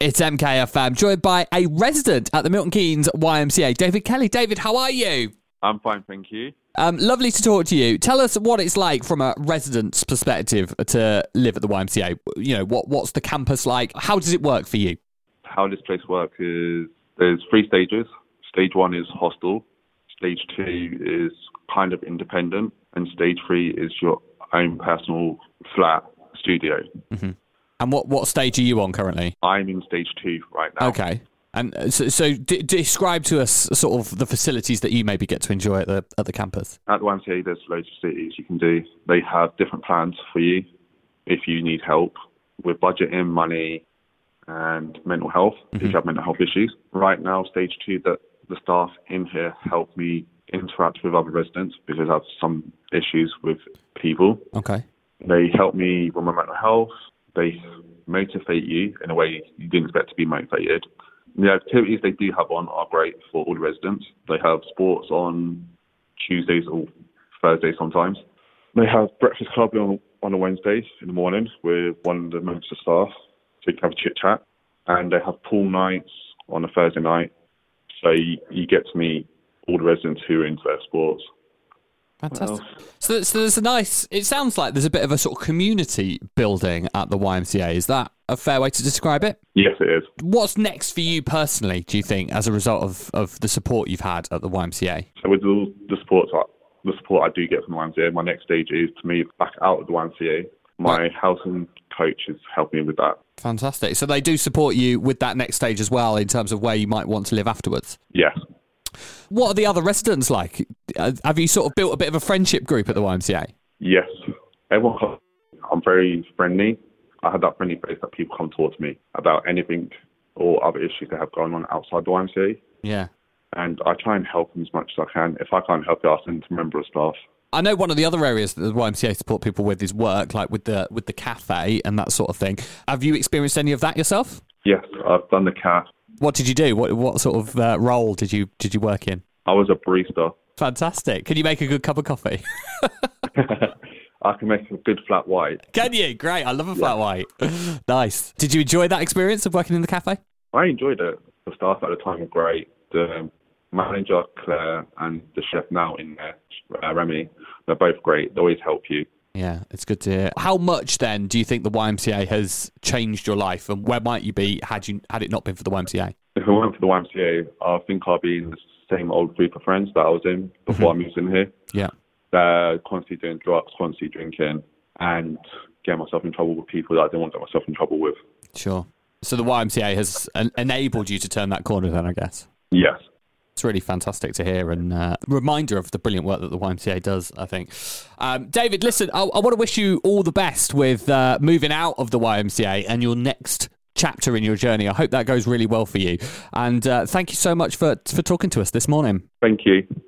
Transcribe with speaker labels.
Speaker 1: It's MKFM, joined by a resident at the Milton Keynes YMCA, David Kelly. David, how are you?
Speaker 2: I'm fine, thank you.
Speaker 1: Um, lovely to talk to you. Tell us what it's like from a resident's perspective to live at the YMCA. You know, what what's the campus like? How does it work for you?
Speaker 2: How this place works is there's three stages. Stage one is hostel, stage two is kind of independent, and stage three is your own personal flat studio.
Speaker 1: And what, what stage are you on currently?
Speaker 2: I'm in stage two right now.
Speaker 1: Okay. And uh, so, so d- describe to us sort of the facilities that you maybe get to enjoy at the at the campus.
Speaker 2: At the YMCA, there's loads of cities you can do. They have different plans for you if you need help with budgeting, money, and mental health, if you have mental health issues. Right now, stage two, the, the staff in here help me interact with other residents because I have some issues with people.
Speaker 1: Okay.
Speaker 2: They help me with my mental health. They motivate you in a way you didn't expect to be motivated. The activities they do have on are great for all the residents. They have sports on Tuesdays or Thursdays sometimes. They have breakfast club on, on a Wednesday in the morning with one of the members of staff so you can have a chit chat. And they have pool nights on a Thursday night. So you, you get to meet all the residents who are into their sports.
Speaker 1: Fantastic. So, so there's a nice. It sounds like there's a bit of a sort of community building at the YMCA. Is that a fair way to describe it?
Speaker 2: Yes, it is.
Speaker 1: What's next for you personally? Do you think, as a result of, of the support you've had at the YMCA?
Speaker 2: So with all the support I, the support I do get from the YMCA, my next stage is to move back out of the YMCA. My house and coach is helping me with that.
Speaker 1: Fantastic. So they do support you with that next stage as well in terms of where you might want to live afterwards.
Speaker 2: Yes.
Speaker 1: What are the other residents like? Uh, Have you sort of built a bit of a friendship group at the YMCA?
Speaker 2: Yes. Everyone comes, I'm very friendly. I have that friendly face that people come towards me about anything or other issues that have gone on outside the YMCA.
Speaker 1: Yeah.
Speaker 2: And I try and help them as much as I can. If I can't help you, I'll send it to a member of staff.
Speaker 1: I know one of the other areas that the YMCA support people with is work, like with the with the cafe and that sort of thing. Have you experienced any of that yourself?
Speaker 2: Yes, I've done the CAF.
Speaker 1: What did you do? What what sort of uh, role did you did you work in?
Speaker 2: I was a barista.
Speaker 1: Fantastic. Can you make a good cup of coffee?
Speaker 2: I can make a good flat white.
Speaker 1: Can you? Great. I love a flat white. nice. Did you enjoy that experience of working in the cafe?
Speaker 2: I enjoyed it. The staff at the time were great. The manager, Claire, and the chef now in there, uh, Remy, they're both great. They always help you.
Speaker 1: Yeah, it's good to hear. How much then do you think the YMCA has changed your life, and where might you be had you had it not been for the YMCA?
Speaker 2: If I went for the YMCA, I think I'd be in the same old group of friends that I was in before I moved in here.
Speaker 1: Yeah,
Speaker 2: They're constantly doing drugs, constantly drinking, and getting myself in trouble with people that I didn't want to get myself in trouble with.
Speaker 1: sure. So the YMCA has en- enabled you to turn that corner, then I guess.
Speaker 2: Yes.
Speaker 1: It's really fantastic to hear and uh, reminder of the brilliant work that the YMCA does, I think. Um, David, listen, I, I want to wish you all the best with uh, moving out of the YMCA and your next chapter in your journey. I hope that goes really well for you. And uh, thank you so much for, for talking to us this morning.
Speaker 2: Thank you.